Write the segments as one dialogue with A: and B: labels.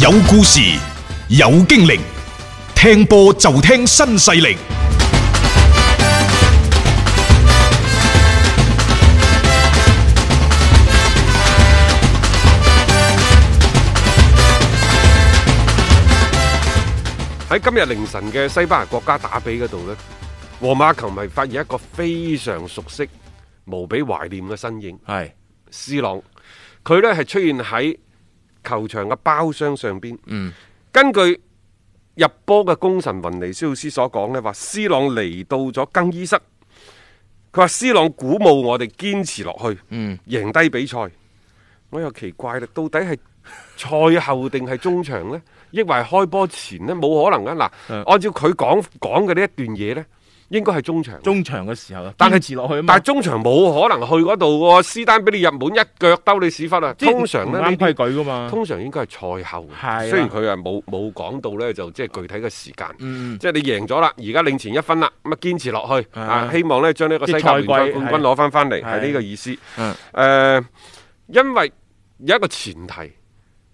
A: 有故事，有經歷，聽波就聽新勢力。
B: 喺今日凌晨嘅西班牙國家打比嗰度呢，皇馬球迷發現一個非常熟悉、無比懷念嘅身影
C: 系
B: ——C 朗。佢呢係出現喺球場嘅包廂上邊。嗯，根據入波嘅功臣雲尼斯奧斯所講呢話 C 朗嚟到咗更衣室。佢話 C 朗鼓舞我哋堅持落去，嗯，贏低比賽。我又奇怪啦，到底係賽後定係中場呢？抑或係開波前呢？冇可能啊！嗱，按照佢講講嘅呢一段嘢呢，應該係中場。
C: 中場嘅時候啊，
B: 但係
C: 堅持落去啊嘛
B: 但係，中場冇可能去嗰度喎，斯丹俾你入滿一腳兜你屎忽啊！
C: 即係
B: 通常咧
C: 唔
B: 呢
C: 啱
B: 啲
C: 規矩噶嘛
B: 通常應該係賽後嘅。
C: 係啦
B: 雖然佢係冇冇講到呢，就即係具體嘅時間。即係你贏咗啦，而家領前一分啦，咁啊堅持落去
C: 嗯啊
B: 啊，希望呢將呢個
C: 即係
B: 西甲
C: 賽
B: 聯
C: 季
B: 賽冠軍
C: 係
B: 攞翻翻嚟，
C: 係
B: 係呢個意思。
C: 嗯
B: 誒，因為有一個前提，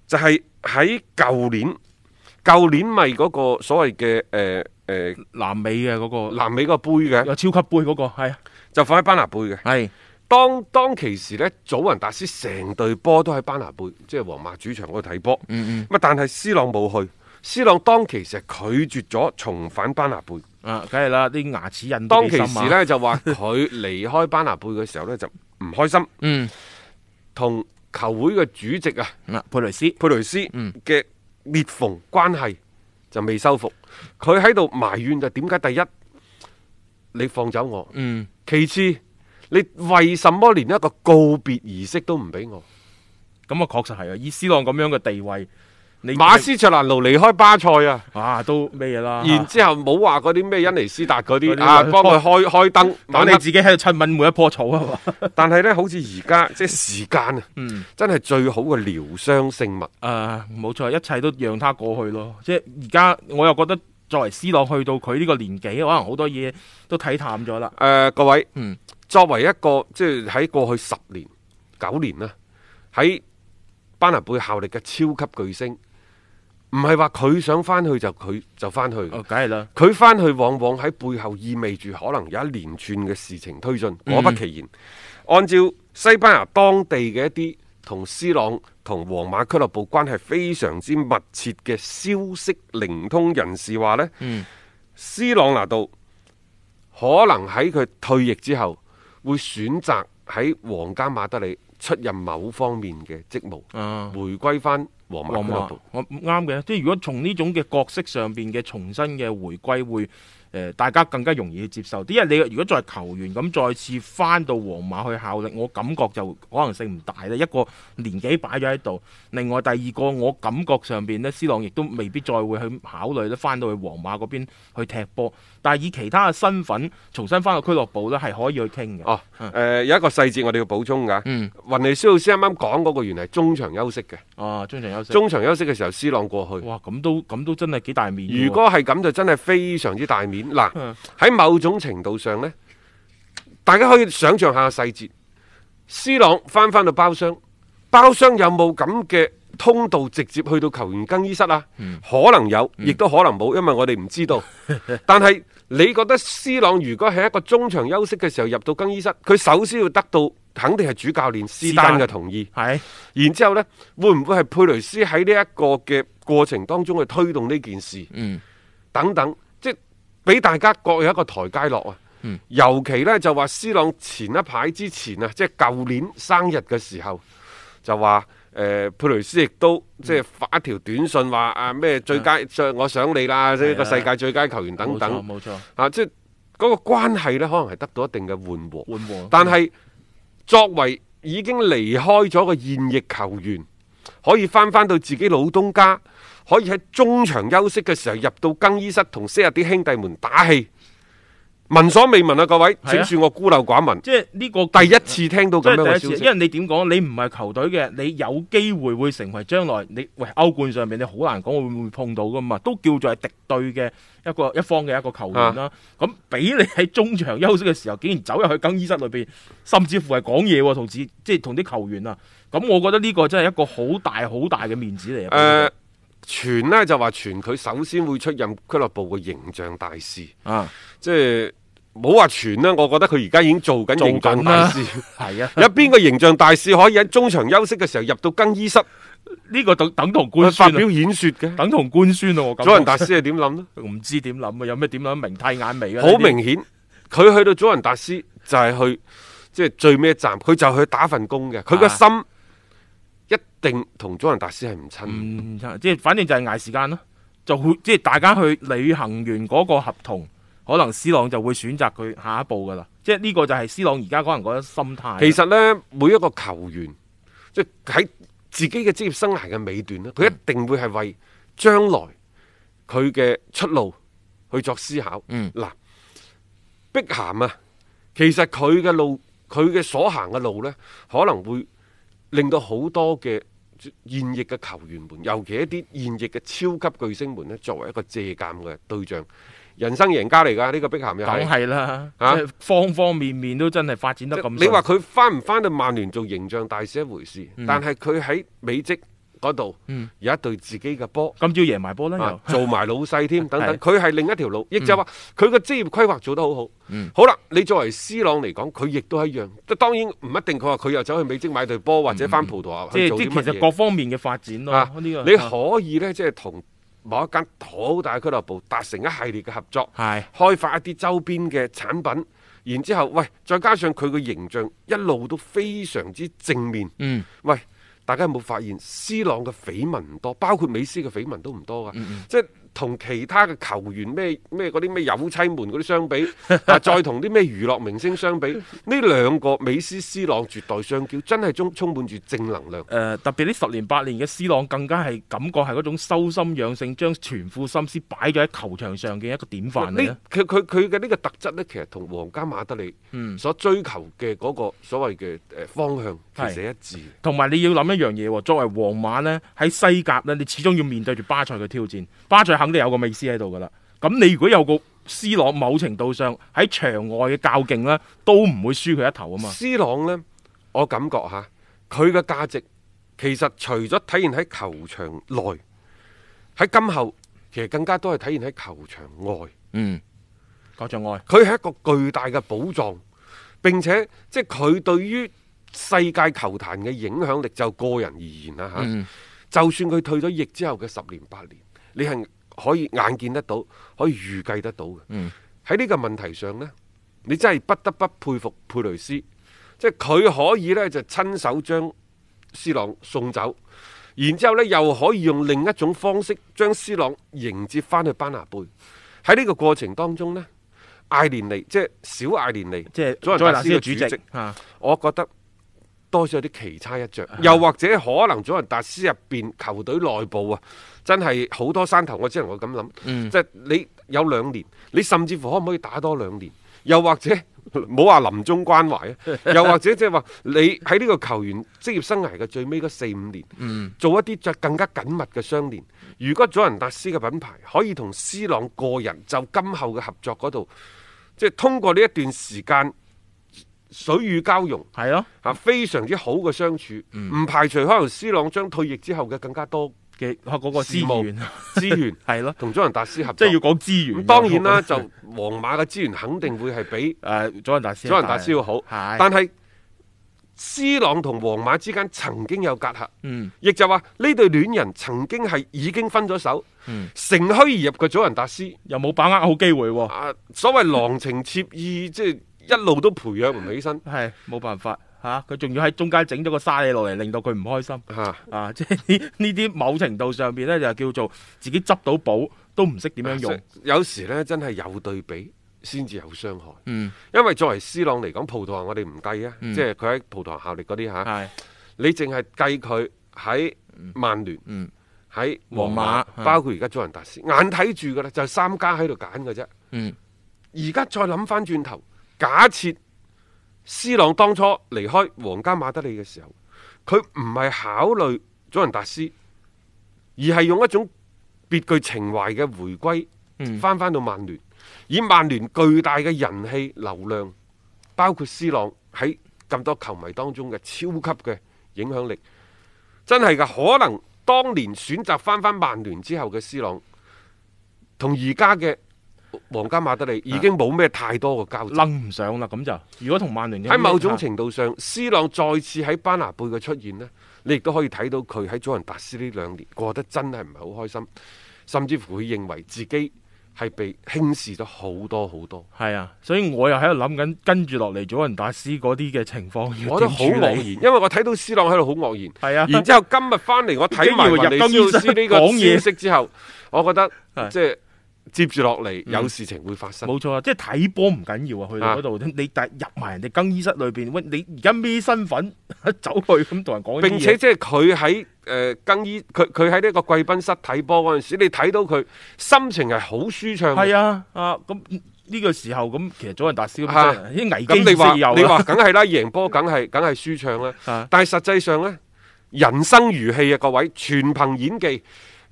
B: 就係喺舊年，舊年咪嗰個所謂嘅誒誒
C: 南美嘅嗰個
B: 南美嗰個杯嘅，
C: 有超級杯嗰個係啊
B: 就放喺班拿貝嘅。
C: 係
B: 當當其時咧，祖雲達斯成隊波都喺班拿貝，即係皇馬主場嗰度睇波。
C: 嗯
B: 咁啊，但係斯朗冇去，斯朗當其時係拒絕咗重返班拿貝。
C: 嗯啊，梗係啦，啲牙齒印都
B: 當
C: 幾
B: 其
C: 深啊
B: 時，呢，就話佢離開班拿貝嘅時候呢，就唔開心，
C: 嗯
B: 同球會嘅主席啊
C: 啊佩雷斯
B: 佩雷斯
C: 嗯
B: 嘅裂縫關係就未修復。佢喺度埋怨就點解第一你放走我，
C: 嗯
B: 其次你為什麼連一個告別儀式都唔俾我？
C: 嗯咁啊，確實係啊，以斯朗咁樣嘅地位，你
B: 馬斯卓蘭奴離開巴塞啊，
C: 啊都咩嘢啦，啊
B: 然之後冇話嗰啲咩恩尼斯達嗰
C: 嗰
B: 啲
C: 啲
B: 啊，
C: 話
B: 幫佢開開燈。
C: 等你自己喺度親吻每一棵草啊嘛，
B: 但係呢，好似而家即係時間啊，
C: 嗯
B: 真係最好嘅療傷聖物。
C: 啊冇錯，一切都讓他過去咯，即係而家我又覺得作為斯朗去到佢呢個年紀，可能好多嘢都睇淡咗啦，
B: 誒、呃各位，
C: 嗯
B: 作為一個即係喺過去十年、九年啦，喺班拿貝效力嘅超級巨星，唔係話佢想翻去就佢就翻去嘅。
C: 哦梗係啦，
B: 佢翻去往往喺背後意味住可能有一連串嘅事情推進，果不其然。按照西班牙當地嘅一啲同斯朗同皇馬俱樂部關係非常之密切嘅消息靈通人士話呢、斯朗拿度可能喺佢退役之後會選擇喺皇家馬德里出任某方面嘅職務，
C: 啊。
B: 回歸翻皇馬
C: 皇
B: 俱樂
C: 馬
B: 部。
C: 我啱嘅，即係如果從呢種嘅角色上邊嘅重新嘅回歸，會誒、呃大家更加容易去接受啲。因為你如果作為球員咁再次翻到皇馬去效力，我感覺就可能性唔大咧。一個年紀擺咗喺度，另外第二個我感覺上邊呢，斯朗亦都未必再會去考慮咧翻到去皇馬嗰邊去踢波。但係以其他嘅身份重新翻到俱樂部呢，係可以去傾嘅。
B: 哦，誒、有一個細節我哋要補充㗎。
C: 嗯，
B: 雲尼斯老師啱啱講嗰個原嚟中場休息嘅，
C: 啊，中場休息。
B: 中場休息嘅時候，C 朗過去。
C: 哇，咁都咁都真係幾大面喎。
B: 如果係咁就真係非常之大面。嗱
C: 嗯，
B: 喺某種程度上呢，大家可以想象下細節。C 朗翻翻到包廂，包廂有冇咁嘅通道直接去到球員更衣室啊？
C: 嗯
B: 可能有，亦都可能冇，因為我哋唔 知道。但係你覺得 C 朗如果喺一個中場休息嘅時候入到更衣室，佢首先要得到肯定係主教練斯丹
C: 斯
B: 嘅
C: 丹
B: 同意。
C: 係。
B: 然之後呢，會唔會係佩雷斯喺呢一個嘅過程當中去推動呢件事？
C: 嗯
B: 等等，即係俾大家各有一個台階落啊。
C: 嗯
B: 尤其呢，就話斯朗前一排之前啊，即係舊年生日嘅時候就話。誒、佩雷斯亦都即係發一條短信話啊咩
C: 嗯
B: 最佳，最我想你啦，呢個世界最佳球員等等
C: 啊冇錯，冇
B: 啊，即係嗰個關係呢，可能係得到一定嘅緩和。
C: 錯，緩和。
B: 但係作為已經離開咗嘅現役球員，可以翻翻到自己老東家，可以喺中場休息嘅時候入到更衣室同昔日啲兄弟們打氣，聞所未聞啊！各位，
C: 啊
B: 請恕我孤陋寡聞，
C: 即係呢個
B: 第一次聽到
C: 即
B: 咁樣嘅
C: 係第
B: 消
C: 一次，
B: 息
C: 因。為你點講，你唔係球隊嘅，你有機會會成為將來你喂歐冠上面你好難講會唔會碰到噶嘛，都叫做係敵對嘅一個一方嘅一個球員
B: 啊
C: 啦。咁俾、你喺中場休息嘅時候，竟然走入去更衣室裏邊，甚至乎係講嘢喎，同自即係同啲球員啊。咁我覺得呢個真係一個好大好大嘅面子
B: 誒
C: 嚟啊！
B: 傳呢就話傳佢首先會出任俱樂部嘅形象大使，
C: 啊，
B: 即係冇話傳啦。我覺得佢而家已經做緊
C: 做
B: 形象
C: 緊
B: 大
C: 啦，
B: 使。
C: 係啊，
B: 有邊個形象大使可以喺中場休息嘅時候入到更衣室
C: 呢個等等同
B: 去
C: 官
B: 發
C: 宣啊
B: 表演說嘅？
C: 等同官宣啊！我感
B: 祖
C: 覺
B: 仁達斯係點諗呢？
C: 唔知點諗啊，有咩點諗明剃眼眉啊？
B: 好
C: 呢啲
B: 明顯，佢去到祖仁達斯就係去即係最尾一站，佢就去打份工嘅。佢個
C: 啊
B: 心一定同祖仁達斯係唔親。
C: 嗯，即係反正就係捱時間咯，就會即係大家去履行完嗰個合同，可能 C 朗就會選擇佢下一步噶啦。即係呢個就係 C 朗而家可能嗰種心態。
B: 其實呢，每一個球員即係喺自己嘅職業生涯嘅尾段咧，佢一定會係為將來佢嘅出路去作思考。
C: 嗯
B: 嗱，碧咸啊，其實佢嘅路，佢嘅所行嘅路呢，可能會令到好多嘅現役嘅球員們，尤其一啲現役嘅超級巨星們呢，作為一個借鑑嘅對象。人生贏家嚟㗎，呢、個碧咸又
C: 梗
B: 係
C: 係啦，
B: 啊
C: 即係方方面面都真係發展得咁順。
B: 你話佢翻唔翻到曼聯做形象大使一回事，但係佢喺美職嗰度
C: 嗯
B: 有一隊自己嘅波。
C: 今朝贏埋波啦
B: 啊
C: 又，
B: 做埋老細 添，等等，
C: 係
B: 佢係另一條路，亦就係話佢個職業規劃做得好好。
C: 嗯
B: 好啦，你作為 C 朗嚟講，佢亦都係一樣。當然唔一定，佢話佢又走去美職買隊波，或者翻葡萄牙
C: 嗯即
B: 去
C: 係
B: 做
C: 即
B: 啲
C: 係
B: 乜
C: 其實
B: 嘢
C: 各方面嘅發展咯。
B: 啊
C: 呢個
B: 你可以呢，即係同某一間好大嘅俱樂部達成一系列嘅合作。
C: 係
B: 開發一啲周邊嘅產品，然之後，喂，再加上佢嘅形象一路都非常之正面。
C: 嗯
B: 喂，大家有冇發現 C 朗嘅緋聞唔多，包括美斯嘅緋聞都唔多噶，即係同其他嘅球員咩咩嗰啲咩有妻們嗰啲相比， 啊，再同啲咩娛樂明星相比，呢兩個美斯、C 朗絕代相驕，真係充充滿住正能量。
C: 誒、特別呢十年八年嘅 C 朗更加係感覺係嗰種修心養性，將全副心思擺咗喺球場上嘅一個典範嚟
B: 呢
C: 啊。
B: 佢佢佢嘅呢個特質呢，其實同皇家馬德里
C: 嗯
B: 所追求嘅嗰個所謂嘅誒方向其實一致嘅。
C: 同埋你要諗一樣嘢喎，作為皇馬呢，喺西甲呢，你始終要面對住巴塞嘅挑戰，巴塞肯定有個美斯喺度噶啦。咁你如果有個 C 朗，某程度上喺場外嘅較勁呢，都唔會輸佢一頭啊嘛。
B: C 朗呢，我感覺吓佢嘅價值其實除咗體現喺球場內，喺今後其實更加多係體現喺球場外。
C: 嗯，球場外
B: 佢係一個巨大嘅寶藏，並且即係佢對於世界球壇嘅影響力，就個人而言啦嚇。
C: 嗯
B: 就算佢退咗役之後嘅十年八年，你係可以眼見得到，可以預計得到嘅。
C: 嗯
B: 喺呢個問題上呢，你真係不得不佩服佩雷斯，即係佢可以呢，就親手將 C 朗送走。然之後呢，又可以用另一種方式將 C 朗迎接翻去班拿貝。喺呢個過程當中呢，艾連尼即係小艾連尼，
C: 即係
B: 佐仁達
C: 佐仁達
B: 斯
C: 斯
B: 嘅
C: 嘅
B: 主
C: 主
B: 席
C: 席啊，
B: 我覺得多少有啲奇差一着，又或者可能佐仁達斯入邊球隊內部啊，真係好多山頭，我只能夠咁諗。即係你有兩年，你甚至乎可唔可以打多兩年？又或者 冇話臨終關懷啊，又或者即係話你喺呢個球員職業生涯嘅最尾嗰四五年，做一啲就更加緊密嘅相連。如果佐仁達斯嘅品牌可以同 C 朗個人就今後嘅合作嗰度，即係通過呢一段時間水乳交融。
C: 係咯
B: 啊，非常之好嘅相處，唔、
C: 嗯
B: 排除可能 C 朗將退役之後嘅更加 多
C: 嘅嗰個
B: 事
C: 資
B: 務
C: 源
B: 資源
C: 係咯，
B: 同佐仁達斯合
C: 即
B: 作。
C: 係要講資源
B: 咁
C: 嘅。
B: 當然啦，
C: 我覺
B: 就
C: 得
B: 皇馬嘅資源肯定會係比
C: 誒佐仁達斯，
B: 佐仁達斯要好，
C: 係
B: 但係 C 朗同皇馬之間曾經有隔閡，
C: 嗯
B: 亦就話呢對戀人曾經係已經分咗手，
C: 嗯
B: 乘虛而入嘅佐仁達斯
C: 又冇把握好機會喎，
B: 啊，所謂郎情妾意，即係一路都培養唔起身
C: 係冇辦法嚇，佢仲要喺中間整咗個沙利落嚟，令到佢唔開心。
B: 嚇。啊
C: 啊， 即係呢呢啲某程度上邊咧，就叫做自己執到寶都唔識點樣用。
B: 啊有時呢，真係有對比先至有傷害。
C: 嗯，
B: 因為作為 C 朗嚟講，葡萄牙我哋唔計啊，即係佢喺葡萄牙效力嗰啲嚇，
C: 係
B: 你淨係計佢喺曼聯、
C: 啊嗯
B: 喺
C: 皇
B: 皇馬
C: 馬，啊係
B: 包括而家佐仁達斯，眼睇住㗎啦，就三家喺度揀㗎啫。
C: 嗯，
B: 而家再諗翻轉頭，假設 C 朗當初離開皇家馬德里嘅時候，佢唔係考慮佐仁達斯，而係用一種別具情懷嘅回歸，翻翻到曼聯，以曼聯巨大嘅人氣流量，包括 C 朗喺咁多球迷當中嘅超級嘅影響力，真係㗎，可能當年選擇翻翻曼聯之後嘅斯朗，同而家嘅皇家馬德里已經冇咩太多嘅交集。
C: 楞唔上啦，咁就如果同曼聯
B: 喺某種程度上，斯朗再次喺班拿貝嘅出現呢，你亦都可以睇到佢喺祖雲達斯呢兩年過得真係唔係好開心，甚至乎佢認為自己係被輕視咗好多好多。
C: 係啊，所以我又喺度諗緊，跟住落嚟祖雲達斯嗰啲嘅情況
B: 我
C: 要
B: 都
C: 點
B: 好
C: 處
B: 愕然，
C: 理？
B: 因為我睇到斯朗喺度好愕然。
C: 係啊
B: 然之後今日翻嚟，我睇 埋雲尼斯奧斯呢個消息之後，我覺得
C: 係嗯
B: 即係接住落嚟有事情會發生。
C: 冇錯啊，即係睇波唔緊要啊，去到嗰度你但係入埋人哋更衣室裏邊，喂，你而家咩身份走去咁同人講呢啲嘢？
B: 並且即係佢喺誒更衣，佢佢喺呢個貴賓室睇波嗰陣時，你睇到佢心情係好舒暢嘅。
C: 係啊，啊咁呢個時候咁，其實祖雲達斯咁
B: 啊
C: 真係啲危機
B: 咁你
C: 意識
B: 話
C: 要有
B: 你
C: 啊
B: 話梗係啦，贏波梗係梗係舒暢啦。
C: 啊
B: 但係實際上呢，人生如戲啊，各位，全憑演技。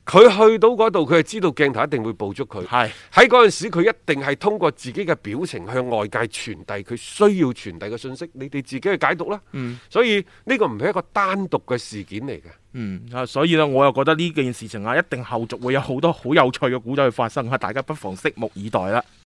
B: 佢去到嗰度，佢係知道鏡頭一定會捕捉佢。
C: 係
B: 喺嗰陣時，佢一定係通過自己嘅表情向外界傳遞佢需要傳遞嘅信息。你哋自己去解讀啦。所以呢個唔係一個單獨嘅事件嚟嘅。
C: 嗯啊，所以咧，我又覺得呢件事情啊，一定後續會有好多好有趣嘅古仔去發生啊，大家不妨拭目以待啦。